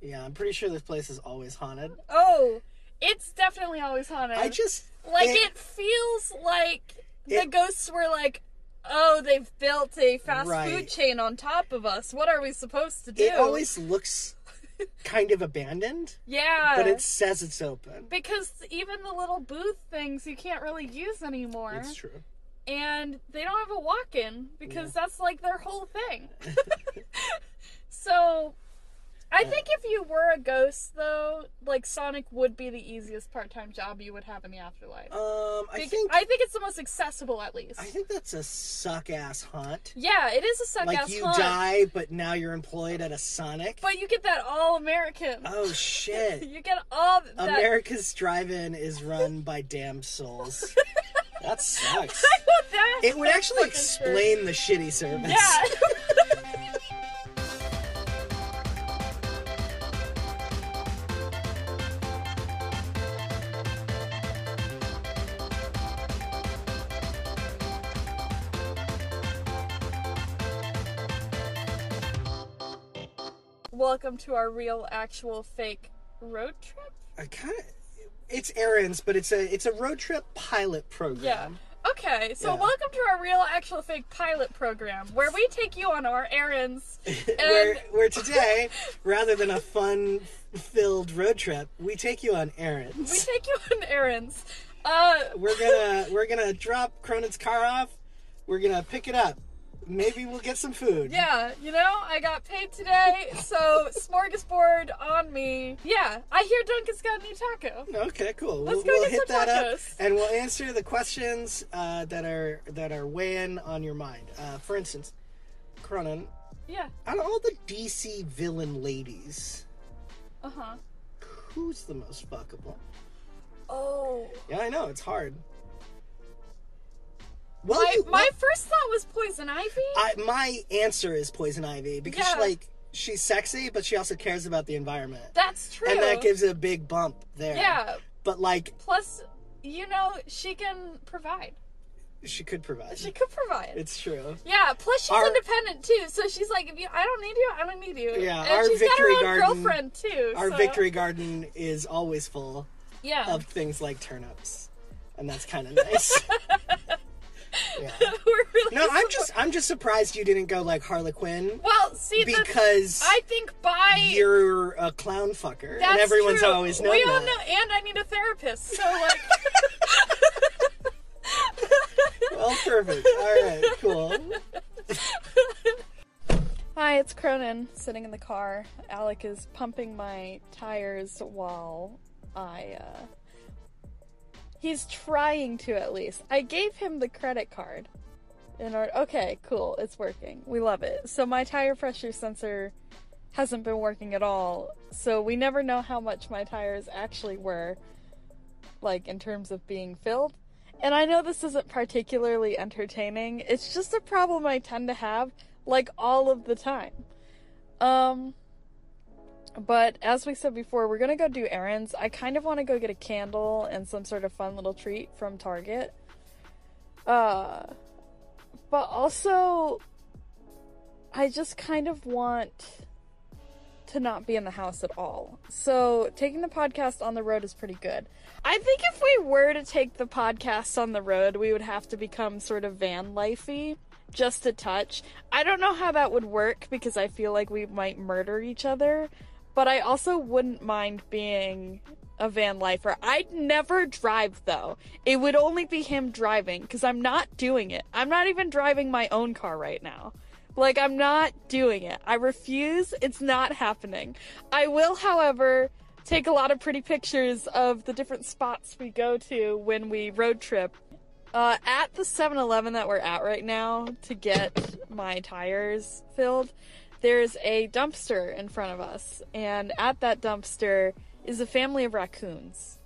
Yeah, I'm pretty sure this place is always haunted. Oh, it's definitely always haunted. I just like it, feels like the it- ghosts were like, oh, they've built a fast Right. food chain on top of us. What are we supposed to do? It always looks kind of abandoned, yeah, but it says it's open. because even the little booth things you can't really use anymore, It's true. and they don't have a walk-in because that's like their whole thing. so. I think if you were a ghost, though, like Sonic would be the easiest part-time job you would have in the afterlife. Um, I Bec- think I, I think it's the most accessible, at least. think that's a suck ass haunt. yeah, it is a suck Like ass you haunt, die, but now you're employed at a Sonic. but you get that all American. Oh shit! you get all that. America's Drive-In is run by damn souls. That sucks. That's It would so actually fucking true. explain the shitty service. Yeah. Welcome to our real, actual, fake road trip. I kind of. It's errands, but it's a it's a road trip pilot Yeah. program. Okay, so Yeah. welcome to our real, actual, fake pilot program where we take you on our errands. And where where today, rather than a fun filled road trip, we take you on we errands. take you on errands. Uh, We're gonna we're gonna drop Cronin's car off. We're gonna pick it up. Maybe we'll get some food. yeah, you know, I got paid today, so smorgasbord on me. Yeah, I hear Duncan's got a new taco. Okay, cool. Let's we'll go we'll get hit some that up, tacos. and we'll answer the questions uh, that are that are weighing on your mind. Uh, for instance, Cronin, Yeah, out of all the DC villain ladies, uh huh. who's the most fuckable? Oh. Yeah, I know it's hard. Well, My, you- my first thought was poison ivy. I, my answer is Poison Ivy because Yeah. like she's sexy, but she also cares about the environment, That's true. and that gives it a big bump there. yeah, but like plus, you know, she can provide. she could provide. She could provide. it's true. Yeah, plus she's Our- independent too, so she's like, if you, I don't need you, I don't need you. Yeah, and our she's victory got her own garden- girlfriend too. Our so- victory garden is always full yeah, of things like turnips, and that's kind of nice. yeah. we're really No, I'm just I'm just surprised you didn't go like Harlequin well. See, the, because I think by you're a clown fucker, that's and everyone's true. always known we all that. know, and I need a therapist. So like, Well, perfect. All right, cool. hi, it's Cronin sitting in the car. Alec is pumping my tires while I. uh... He's trying to at least. I gave him the credit card. in order okay cool it's working we love it so my tire pressure sensor hasn't been working at all so we never know how much my tires actually were like in terms of being filled and i know this isn't particularly entertaining it's just a problem i tend to have like all of the time um but as we said before we're gonna go do errands i kind of want to go get a candle and some sort of fun little treat from target uh but also I just kind of want to not be in the house at all. So taking the podcast on the road is pretty good. I think if we were to take the podcast on the road, we would have to become sort of van lifey just a touch. I don't know how that would work because I feel like we might murder each other, but I also wouldn't mind being a van lifer. I'd never drive though. It would only be him driving because I'm not doing it. I'm not even driving my own car right now. Like, I'm not doing it. I refuse. It's not happening. I will, however, take a lot of pretty pictures of the different spots we go to when we road trip. Uh, at the 7 Eleven that we're at right now to get my tires filled, there's a dumpster in front of us. And at that dumpster is a family of raccoons.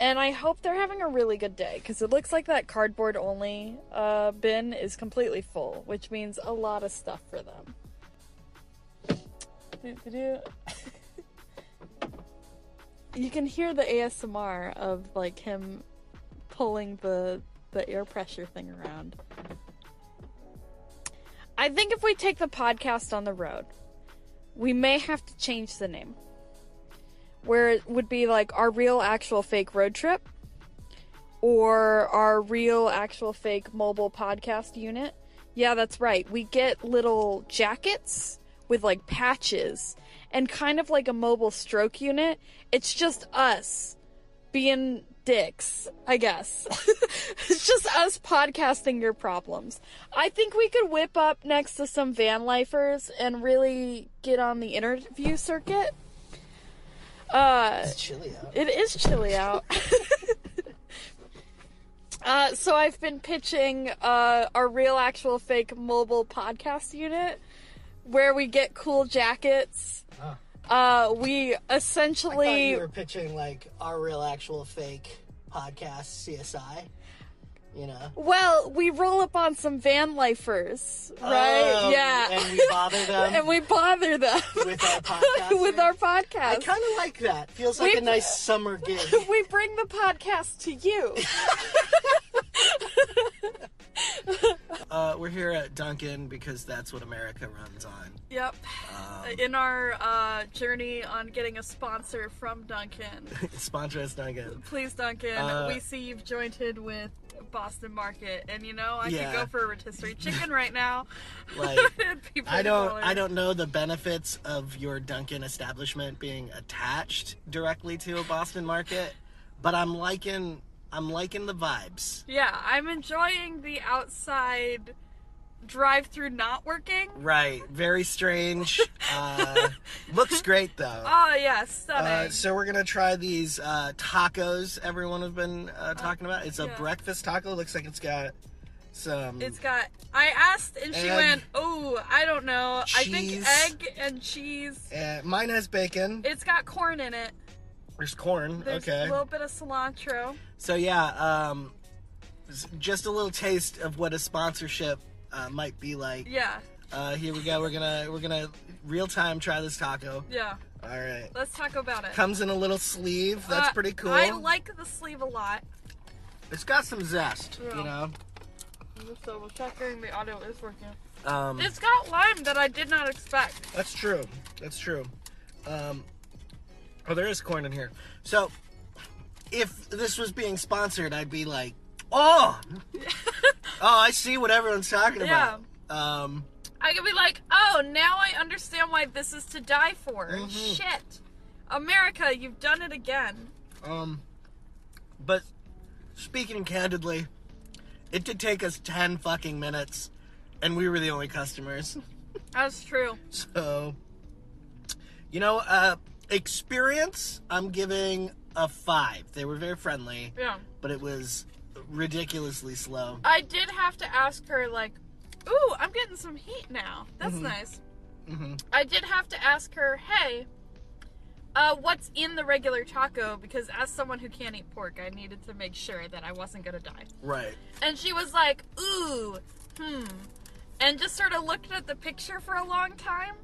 And I hope they're having a really good day because it looks like that cardboard only uh, bin is completely full, which means a lot of stuff for them. Doo-doo-doo. you can hear the ASMR of like him pulling the the air pressure thing around. I think if we take the podcast on the road, we may have to change the name. where it would be like our real actual fake road trip or our real actual fake mobile podcast unit. Yeah, that's right. We get little jackets with like patches and kind of like a mobile stroke unit. It's just us being dicks, I guess. it's just us podcasting your problems. I think we could whip up next to some van lifers and really get on the interview circuit. Uh, It's chilly out. it is chilly out. uh, so I've been pitching uh, our real, actual, fake mobile podcast unit where we get cool jackets. Ah. Uh, we I thought essentially you were pitching like our real, actual, fake podcast CSI. You know, Well, we roll up on some van lifers, right? Um, yeah. and we bother them And we bother them with our podcast. with our I podcast. kind of like that. Feels like We- a nice summer gig. We bring the podcast to you. Uh, we're here at Duncan because that's what America runs on. yep. Um, In our uh, journey on getting a sponsor from Duncan, sponsor us, Duncan. please, Duncan, Uh, we see you've jointed with Boston Market, and you know I Yeah. could go for a rotisserie chicken right now. Like, It'd be I pretty don't, dollar. I don't know the benefits of your Duncan establishment being attached directly to a Boston market, but I'm liking, I'm liking the vibes. Yeah, I'm enjoying the outside drive-through not working. Right, very strange. Uh, looks great though. Oh yeah, stunning. Uh, so we're gonna try these uh, tacos everyone have been uh, talking about. It's a yeah. breakfast taco. Looks like it's got some. it's got. I asked and she Egg. went, "Oh, I don't know. Cheese. I think egg and cheese. uh, mine has bacon. It's got corn in it. There's corn. There's okay. a little bit of cilantro. So yeah, um, s- just a little taste of what a sponsorship uh, might be like. Yeah, Uh, here we go. We're gonna we're gonna real time try this taco. yeah. All right. Let's talk about it. Comes in a little sleeve. That's Uh, pretty cool. I like the sleeve a lot. it's got some zest. Yeah. You know. I'm just double checking the audio is working. Um, It's got lime that I did not expect. That's true. That's true. Um, oh, there is corn in here. So, if this was being sponsored, I'd be like, oh, oh, I see what everyone's talking about. Um, I could be like, oh, now I understand why this is to die for. Mhm. Shit, America, you've done it again. um, but speaking candidly, it did take us ten fucking minutes, and we were the only customers. That's true. So, you know, uh, experience, I'm giving a five. They were very friendly. Yeah. but it was ridiculously slow. I did have to ask her, like, ooh, I'm getting some heat now. That's Mhm. nice. hmm I did have to ask her, hey, uh, what's in the regular taco? Because as someone who can't eat pork, I needed to make sure that I wasn't going to die. Right. And she was like, ooh, hmm. And just sort of looked at the picture for a long time.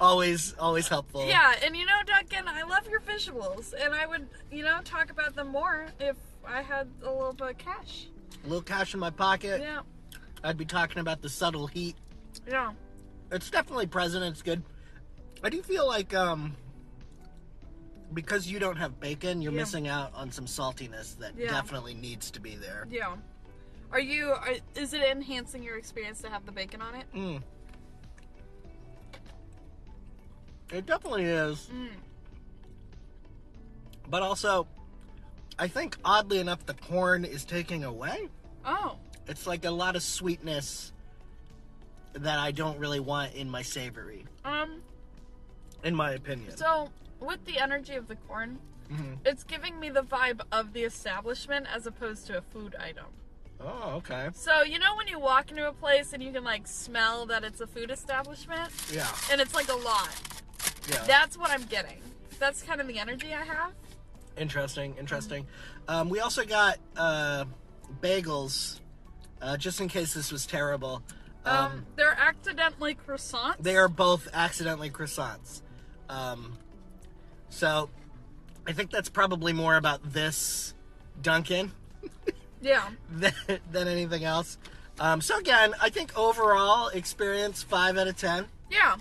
Always, always helpful. Yeah, and you know, Duncan, I love your visuals. And I would, you know, talk about them more if I had a little bit of cash. A little cash in my pocket. Yeah, I'd be talking about the subtle heat. yeah. It's definitely present. It's good. I do feel like um, because you don't have bacon, you're Yeah. missing out on some saltiness that Yeah. definitely needs to be there. Yeah. Are you? Are, is it enhancing your experience to have the bacon on it? Mm. It definitely is. Mm. But also, I think oddly enough, the corn is taking away. Oh, It's like a lot of sweetness that I don't really want in my savory, um. in my opinion. So with the energy of the corn, Mhm. it's giving me the vibe of the establishment as opposed to a food item. Oh, okay. So you know when you walk into a place and you can like smell that it's a food establishment, Yeah, and it's like a lot. yeah. That's what I'm getting. That's kind of the energy I have. interesting, interesting. Um, we also got uh, bagels, uh, just in case this was terrible. Um, Um, they're accidentally croissants. they are both accidentally croissants. Um, so I think that's probably more about this Duncan Yeah. than, than anything else. Um, so again, I think overall experience five out of ten. Yeah.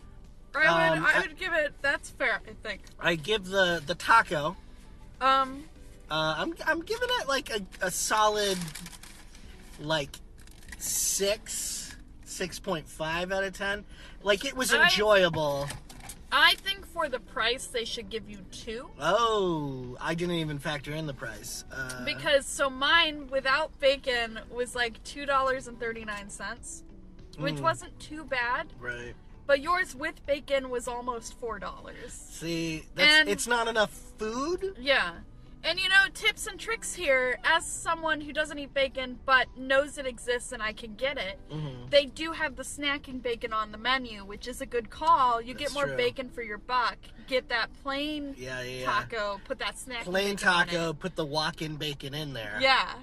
I would Um, I I- would give it that's fair, I think. I give the the taco. Um Uh, I'm I'm giving it like a, a solid like six six point five out of ten. Like it was I- enjoyable. I think for the price they should give you two. Oh, I didn't even factor in the price. Uh, Because so mine without bacon was like two dollars and thirty nine cents. Which Mm. wasn't too bad. right. But yours with bacon was almost four dollars. See, that's, And- it's not enough food. Yeah. And you know, tips and tricks here, as someone who doesn't eat bacon but knows it exists and I can get it, Mhm. they do have the snacking bacon on the menu, which is a good call. You That's get more true. bacon for your buck. Get that plain Yeah, yeah. yeah. taco, put that snack Plain taco. Put the walk-in bacon in there. Yeah.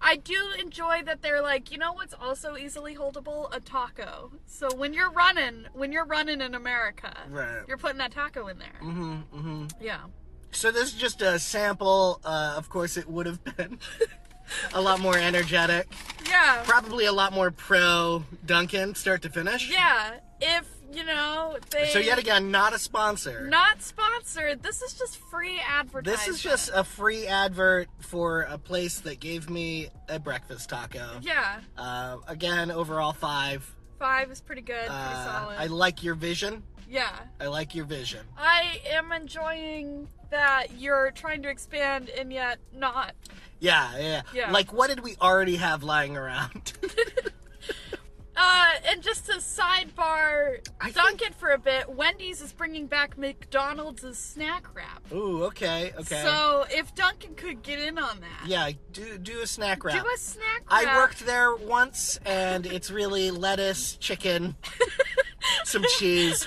I do enjoy that they're like, you know what's also easily holdable? A taco. So when you're running, when you're running in America, Right. you're putting that taco in there. Mhm. Mhm. Yeah. So this is just a sample. Uh, of course, it would have been a lot more energetic. Yeah. probably a lot more pro Duncan start to finish. Yeah, if you know they So yet again, not a sponsor. not sponsored. This is just free advertising. This is just a free advert for a place that gave me a breakfast taco. yeah. Uh, again, overall five. Five is pretty good, pretty Uh, solid. I like your vision. yeah, I like your vision. I am enjoying that you're trying to expand and yet not. Yeah, yeah, Yeah. Like, what did we already have lying around? Uh, and just to sidebar I Duncan for a bit, Wendy's is bringing back McDonald's snack wrap. Ooh, okay, okay. So if Duncan could get in on that, yeah, do do a snack wrap. do a snack wrap. I worked there once, and it's really lettuce, chicken, some cheese.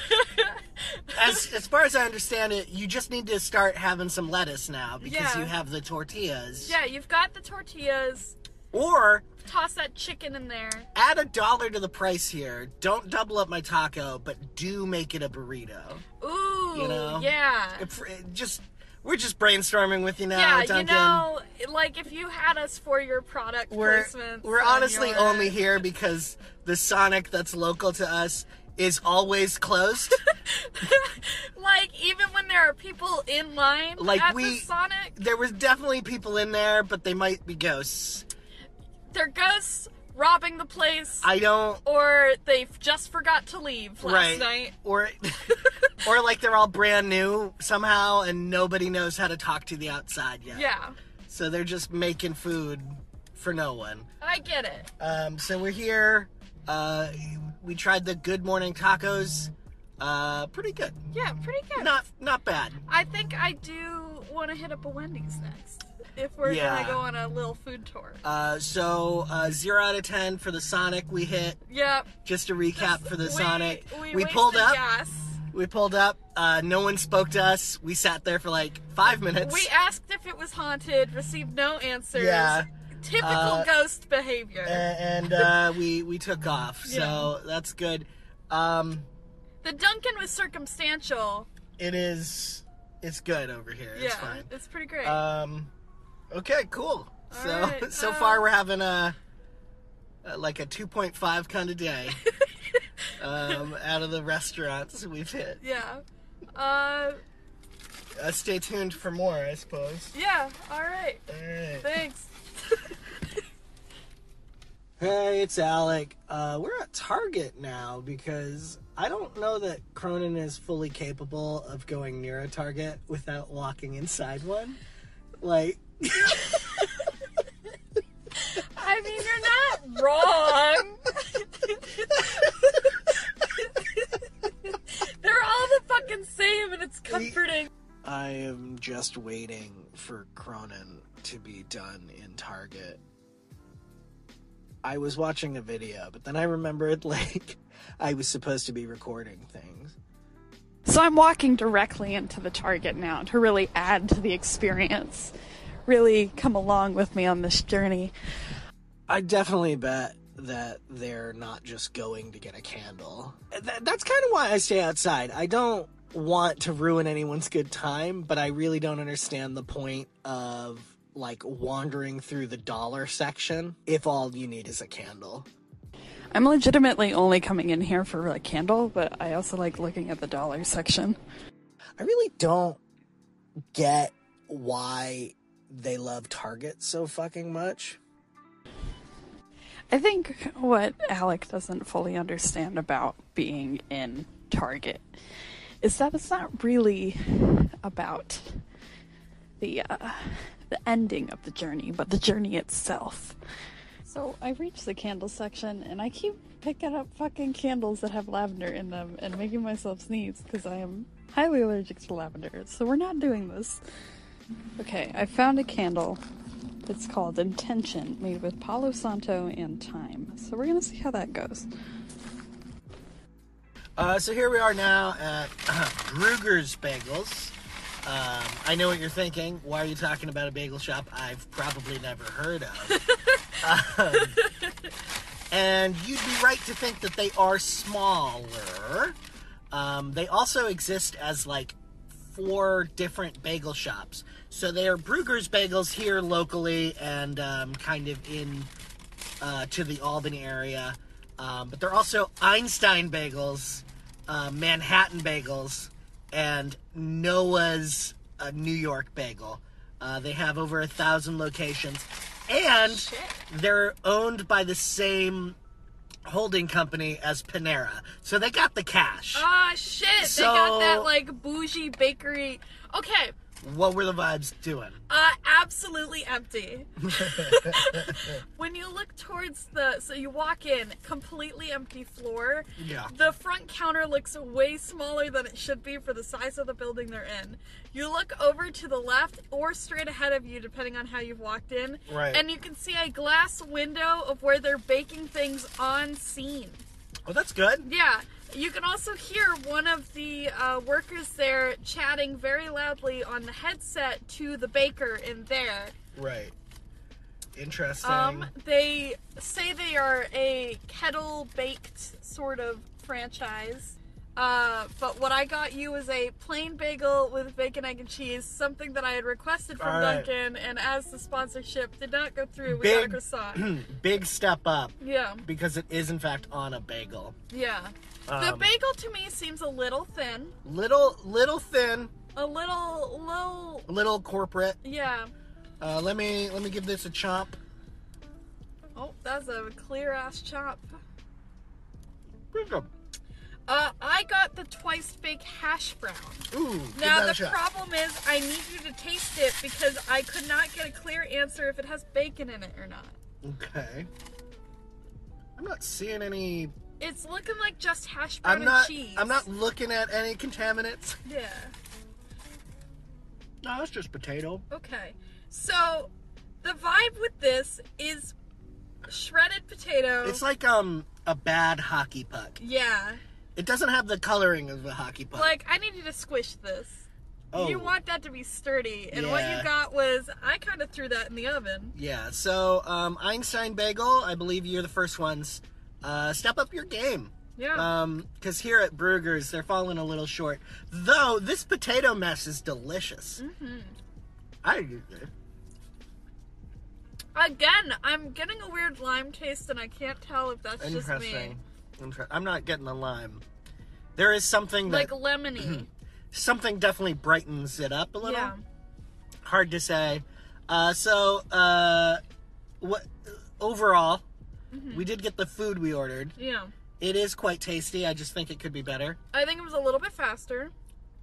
As as far as I understand it, you just need to start having some lettuce now because Yeah. you have the tortillas. Yeah, you've got the tortillas. Or Toss that chicken in there. add a dollar to the price here. Don't double up my taco, but do make it a burrito. Ooh, You know? yeah. If, it just we're just brainstorming with you now, yeah, you Duncan. know, like if you had us for your product we're placements. we're and honestly your- only here because the Sonic that's local to us is always closed. Like, even when there are people in line Like, at the we- Sonic, there was definitely people in there, but they might be ghosts. they're ghosts robbing the place, I don't or they have just forgot to leave last right night. or or like they're all brand new somehow and nobody knows how to talk to the outside yet. Yeah, So they're just making food for no one. I get it. Um, so we're here. Uh, we tried the Good Morning Tacos. Uh, pretty good. Yeah, pretty good. Not not bad. I think I do want to hit up a Wendy's next if we're Yeah. gonna go on a little food tour. Uh, so uh, zero out of ten for the Sonic. We hit Yep. just a recap for the We- Sonic. We, we pulled wasted up. gas. We pulled up. Uh, no one spoke to us. We sat there for like five minutes. We asked if it was haunted, received no answers. Yeah. Typical Uh, ghost behavior. and, and uh, we we took off. So that's good. Um, the Duncan was circumstantial. it is. It's good over here. It's yeah, fine. it's pretty great. Um, okay, cool. All so right, so uh, far we're having a, a like a two point five kind of day. um, out of the restaurants we've hit. yeah. Uh, Uh, stay tuned for more, I suppose. yeah. All right. All right. Thanks. Hey, it's Alec. Uh, we're at Target now because I don't know that Cronin is fully capable of going near a Target without walking inside one. Like, I mean, you're not wrong. They're all the fucking same, and it's comforting. I am just waiting for Cronin to be done in Target. I was watching a video, but then I remembered, like, I was supposed to be recording things. So I'm walking directly into the Target now to really add to the experience. Really come along with me on this journey. I definitely bet that they're not just going to get a candle. Th- that's kind of why I stay outside. I don't want to ruin anyone's good time, but I really don't understand the point of like wandering through the dollar section if all you need is a candle. I'm legitimately only coming in here for a candle, but I also like looking at the dollar section. I really don't get why they love Target so fucking much. I think what Alec doesn't fully understand about being in Target is that it's not really about the uh, the ending of the journey, but the journey itself. So I reach the candle section and I keep picking up fucking candles that have lavender in them and making myself sneeze because I am highly allergic to lavender. So we're not doing this. Okay, I found a candle. It's called Intention, made with Palo Santo and thyme. So we're gonna see how that goes. Uh, so here we are now at Ruger's Bagels. Um, I know what you're thinking. Why are you talking about a bagel shop I've probably never heard of? um, and you'd be right to think that they are smaller. Um, they also exist as like four different bagel shops. So they are Bruger's Bagels here locally and um, kind of in uh, to the Albany area. Um, but they're also Einstein Bagels, uh, Manhattan Bagels, and Noah's uh, New York Bagel. Uh, they have over a thousand locations, and they're owned by the same holding company as Panera. So they got the cash. Ah, shit. they got So- that like bougie bakery. Okay, What were the vibes doing? Uh, absolutely empty. when you look towards the, so you walk in, completely empty floor. Yeah. The front counter looks way smaller than it should be for the size of the building they're in. You look over to the left or straight ahead of you, depending on how you've walked in. Right. And you can see a glass window of where they're baking things on scene. Well, that's good. Yeah. You can also hear one of the uh, workers there chatting very loudly on the headset to the baker in there. Right. Interesting. Um, they say they are a kettle baked sort of franchise. Uh, but what I got you is a plain bagel with bacon, egg, and cheese, something that I had requested from All right. Duncan, and as the sponsorship did not go through without a big, croissant. Hmm. big step up yeah, because it is in fact on a bagel. yeah. the Um, bagel to me seems a little thin, Little, little thin, a little, little, little corporate. yeah. Uh, let me let me give this a chomp. Oh, that's a clear ass chop. Ooh, Uh, I got the twice baked hash brown. give that Now the a shot. problem is I need you to taste it because I could not get a clear answer if it has bacon in it or not. okay. I'm not seeing any. It's looking like just hash brown I'm not. and cheese. I'm not looking at any contaminants. Yeah. No, it's just potato. Okay. So the vibe with this is shredded potato. It's like um a bad hockey puck. yeah. It doesn't have the coloring of a hockey puck. Like I need you to squish this. oh, You want that to be sturdy, and what Yeah. you got was I kind of threw that in the oven. Yeah, so um, Einstein Bagel, I believe you're the first ones. Uh, step up your game. Yeah. Because Um, here at Brugger's, they're falling a little short. Though, this potato mess is Mm. delicious. Mm-hmm. I, Again, I'm getting a weird lime taste, and I can't tell if that's just me. interesting. Inter- I'm not getting the lime. There is something Like that, lemony. something definitely brightens it up a little. yeah. Hard to say. Uh, so, uh, what, overall, Mm-hmm. we did get the food we ordered. Yeah. It is quite tasty. I just think it could be better. I think it was a little bit faster.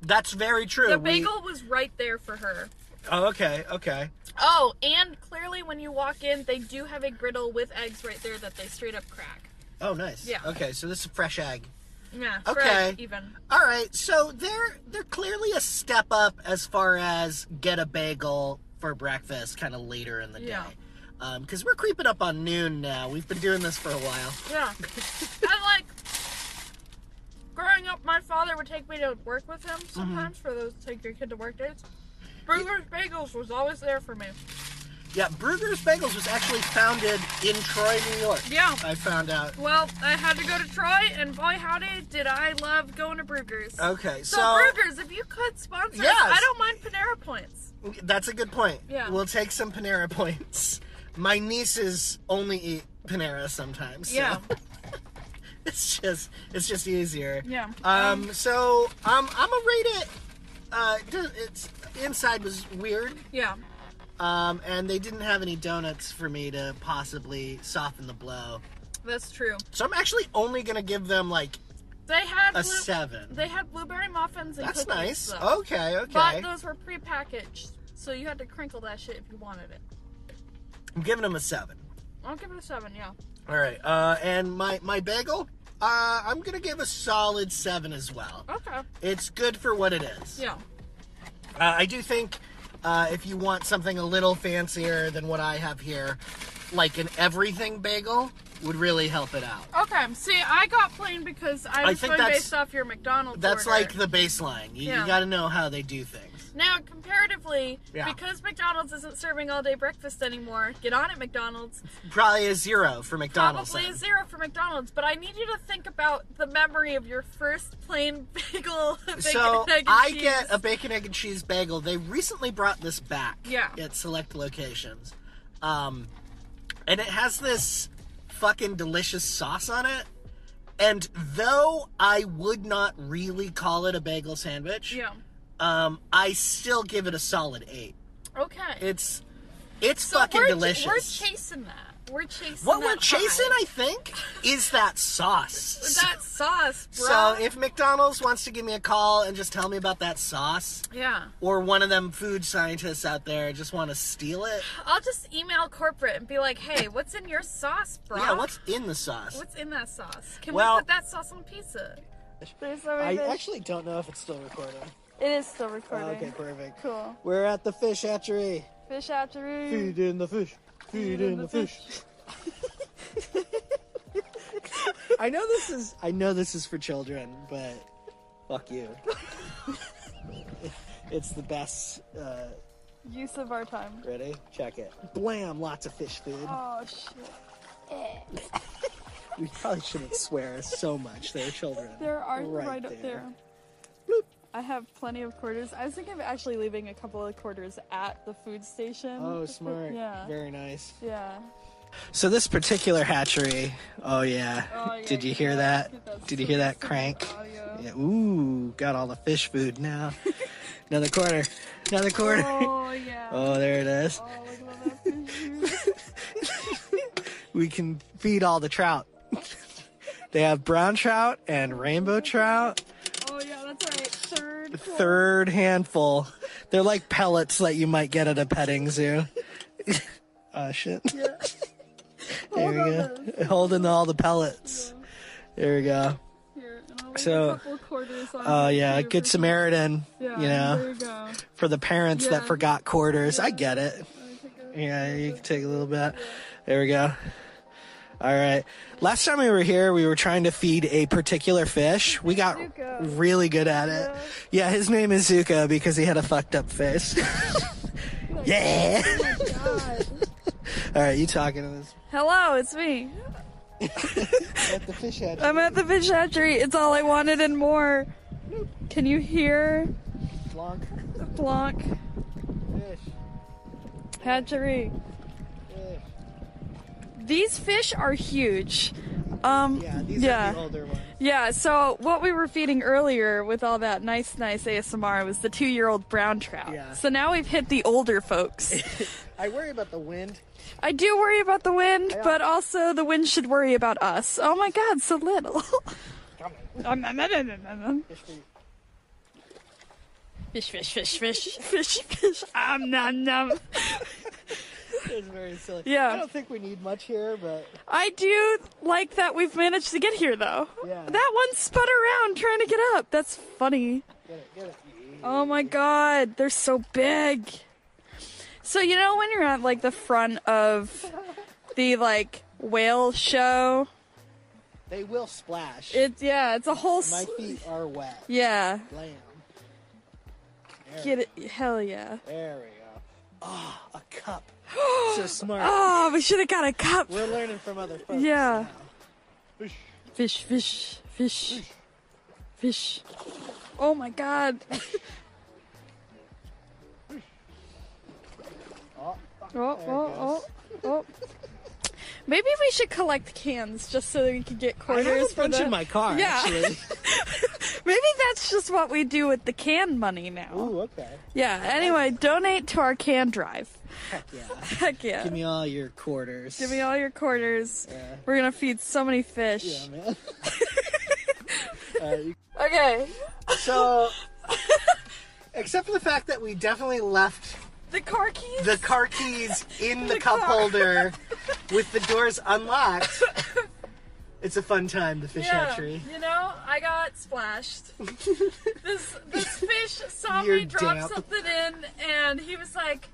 That's very true. The We- bagel was right there for her. Oh, okay, okay. Oh, and clearly when you walk in, they do have a griddle with eggs right there that they straight up crack. Oh, nice. Yeah. Okay, so this is fresh egg. Yeah. Okay. Fresh, even. All right, so they're they're clearly a step up as far as get a bagel for breakfast, kind of later in the Yeah. day, because we're creeping up on noon now. We've been doing this for a while. Yeah. and like, growing up, my father would take me to work with him Mm-hmm. sometimes for those take your kid to work dates. Burger's Bagels was always there for me. Yeah, Brugger's Bagels was actually founded in Troy, New York. Yeah. I found out. Well, I had to go to Troy, and boy howdy, did I love going to Brugger's. Okay, so, so, Brugger's, if you could sponsor Yes. us, I don't mind Panera points. that's a good point. Yeah. we'll take some Panera points. My nieces only eat Panera sometimes. so- Yeah. It's just it's just easier. Yeah. Um. So um, I'm gonna rate it. Uh, it does- it's inside was weird. Yeah. Um, and they didn't have any donuts for me to possibly soften the blow. That's true. So I'm actually only gonna give them like They had a blue- seven. they had blueberry muffins and That's cookies, nice. though. Okay. Okay. But those were prepackaged, so you had to crinkle that shit if you wanted it. I'm giving them a seven. I'll give it a seven. Yeah. All right. Uh, and my my bagel. Uh, I'm gonna give a solid seven as well. Okay. It's good for what it is. Yeah. Uh, I do think uh, if you want something a little fancier than what I have here, like an everything bagel would really help it out. Okay. See, I got plain because I was think going that's- based off your McDonald's. That's order. like the baseline. You, Yeah. you got to know how they do things. Now, comparatively, Yeah. because McDonald's isn't serving all day breakfast anymore, get on it, McDonald's. Probably a zero for McDonald's. Probably a then. zero for McDonald's, but I need you to think about the memory of your first plain bagel. bacon, So egg, and I cheese. get a bacon, egg, and cheese bagel. They recently brought this back Yeah. at select locations. Um, and it has this fucking delicious sauce on it. And though I would not really call it a bagel sandwich, Yeah. um, I still give it a solid eight. Okay. It's it's so fucking we're, ch- delicious. We're chasing that. We're chasing what that we're chasing, I high. think, is that sauce. That sauce, bro. so if McDonald's wants to give me a call and just tell me about that sauce, yeah. or one of them food scientists out there just want to steal it, I'll just email corporate and be like, hey, what's in your sauce, bro? yeah, what's in the sauce? What's in that sauce? Can Well- we put that sauce on pizza? There's no I way that- actually don't know if it's still recording. It is still Oh, recording. okay, perfect. Cool. We're at the fish hatchery. Fish after room. Feed in the fish. Feed in the fish. I know this is I know this is for children, but fuck you. it's the best. Uh, Use of our time. ready? Check it. Blam! Lots of fish food. Oh shit. We probably shouldn't swear so much. They're children. There are right, up there. I have plenty of quarters. I was thinking of actually leaving a couple of quarters at the food station. Oh, smart. Yeah. Very nice. Yeah. So this particular hatchery. Oh yeah. Oh, yeah, Did you yeah, hear get that? that Did you hear that super crank? audio. Yeah, ooh, got all the fish food now. Another quarter. Another quarter. Oh, Oh yeah. there it is. Oh, look at all that fish juice. We can feed all the trout. they have brown trout and rainbow trout. Oh yeah, that's right. Third. quarter. Third handful. They're like pellets that you might get at a petting zoo. oh shit. There we Hold go. Holding all the pellets. There we go. Here, and I'll leave So- a couple quarters on. Oh it yeah, too good for- Samaritan. Yeah. You know, There you go. for the parents that Yeah. forgot quarters. I get it. Let me take a- Yeah, you can take a little bit. There we go. All right. Last time we were here, we were trying to feed a particular fish. We got Zuko. really good at it. Yeah, his name is Zuko because he had a fucked up face. yeah. Oh God. All right, you talking to this? Hello, it's me. At the fish hatchery. I'm at the fish hatchery. It's all I wanted and more. Can you hear Blanc. Blanc Fish. hatchery? Fish. These fish are huge. Um, Yeah, these yeah. are the older ones. Yeah, so what we were feeding earlier with all that nice, nice ASMR was the two year old brown trout. Yeah. So now we've hit the older folks. I worry about the wind. I do worry about the wind, but also the wind should worry about us. Oh my god, so little. Um, um, um, um, um, um, um. Fish food. Fish, fish, fish, fish, fish, fish. Um, nom, nom. It's very silly. Yeah. I don't think we need much here, but I do like that we've managed to get here, though. Yeah. That one spun around trying to get up. That's funny. get it, get it. Oh my god, they're so big. So you know when you're at like the front of the like whale show, They will splash. it's yeah, it's a whole s- My feet are wet. yeah. Blam. Get it? Hell yeah. There we go. Ah, a cup. so smart. Oh, we should have got a cup. We're learning from other folks. Yeah. Fish. Fish, fish, fish, fish. Oh my god. Oh, Oh, There it oh, oh, oh. oh, Maybe we should collect cans just so that we can get I quarters have a for bunch the. in my car, Yeah. actually. Maybe that's just what we do with the can money now. Ooh, okay. Yeah. Anyway, donate to our can drive. Heck yeah. Heck yeah. Give me all your quarters. Give me all your quarters. Yeah. We're gonna feed so many fish. Yeah, man. uh, you- Okay. So, except for the fact that we definitely left The car keys. the car keys in the, The cup car. holder with the doors unlocked, it's a fun time, the fish hatchery. You know, I got splashed. this this fish saw me You're drop damp. something in, and he was like,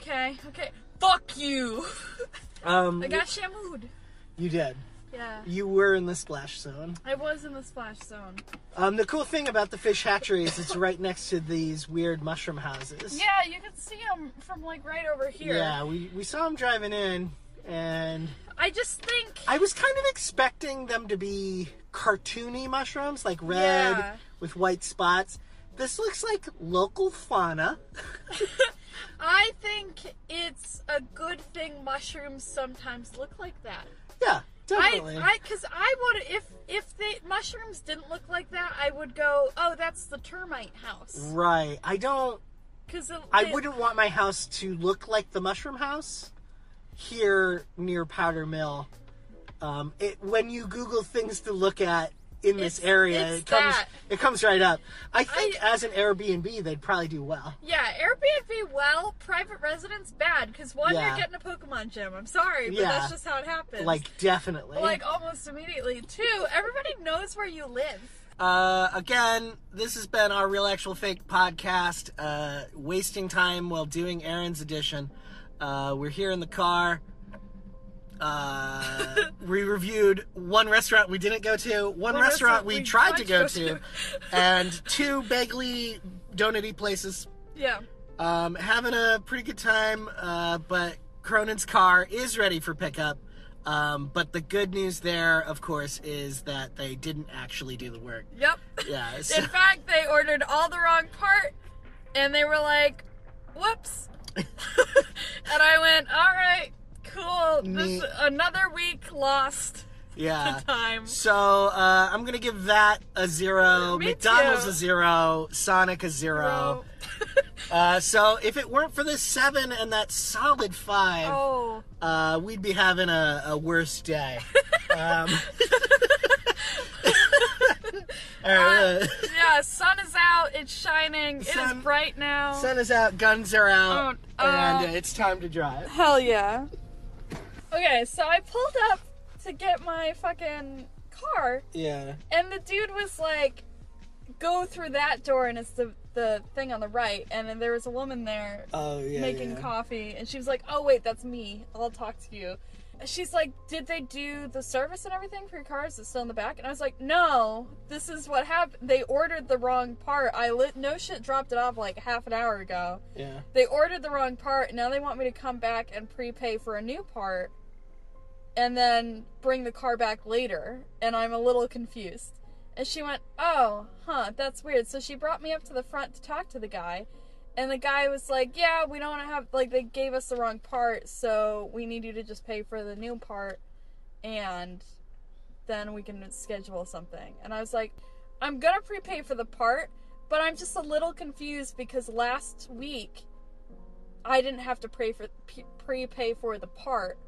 "Okay, okay, fuck you." Um, I got shamoed. you did. Yeah, You were in the splash zone. I was in the splash zone. Um, the cool thing about the fish hatchery is it's right next to these weird mushroom houses. Yeah, you can see him from like right over here. Yeah, we, we saw them driving in, and I just think. I was kind of expecting them to be cartoony mushrooms, like red Yeah. with white spots. This looks like local fauna. I think it's a good thing mushrooms sometimes look like that. Yeah, I, definitely. I, cause I would if if the mushrooms didn't look like that, I would go, oh, that's the termite Mm. house. right. I don't. Cause it, I it- wouldn't want my house to look like the mushroom house here near Powder Mill. Um, it, when you Google things to look at in this It's- area, it's it comes that. it comes right up. I think as an Airbnb, they'd probably do well. Yeah, Airbnb well, private residence bad. Cause one, Yeah. you're getting a Pokemon gym. I'm sorry, but Yeah. that's just how it happens. Like definitely. like almost immediately. Two, everybody knows where you live. Uh, again, this has been our Real Actual Fake podcast, uh, Wasting Time While Doing Errands edition. Uh, we're here in the car. Uh, we reviewed one restaurant we didn't go to, one, restaurant, we, tried, to go to, and two bagely donutty places. Yeah. Um, having a pretty good time, uh, but Cronin's car is ready for pickup. Um, but the good news there, of course, is that they didn't actually do the work. Yep. Yeah. So, In fact, they ordered all the wrong part, and they were like, "Whoops!" and I went, "All right, cool. This Mm. Neat. another week lost yeah. time." So uh, I'm gonna give that a zero. Me McDonald's too. a zero. Sonic a zero. Bro. Uh, so if it weren't for this seven and that solid five, Oh, uh, we'd be having a, a worse day. um, all right, uh, yeah. Sun is out. It's shining. it Sun- is bright now. sun is out, guns are out, Oh, uh, and uh, it's time to drive. Hell yeah. okay, so I pulled up to get my fucking car, Yeah. and the dude was like, "Go through that door," and it's the the thing on the right, and then there was a woman there oh yeah. making yeah. coffee and she was like oh wait that's me i'll talk to you And she's like did they do the service and everything for your car is it still in the back and i was like no this is what happened they ordered the wrong part i lit no shit dropped it off like half an hour ago Yeah. they ordered the wrong part and now they want me to come back and prepay for a new part and then bring the car back later and i'm a little confused and she went oh huh that's weird so she brought me up to the front to talk to the guy and the guy was like yeah we don't have like they gave us the wrong part so we need you to just pay for the new part and then we can schedule something and i was like i'm gonna prepay for the part but i'm just a little confused because last week i didn't have to pay for p- prepay for the part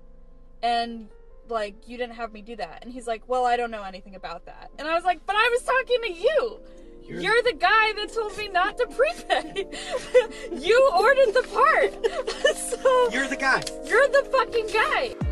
and like you didn't have me do that and he's like well i don't know anything about that and i was like but i was talking to you you're, the guy that told me not to prepay you ordered the part so You're the guy. you're the fucking guy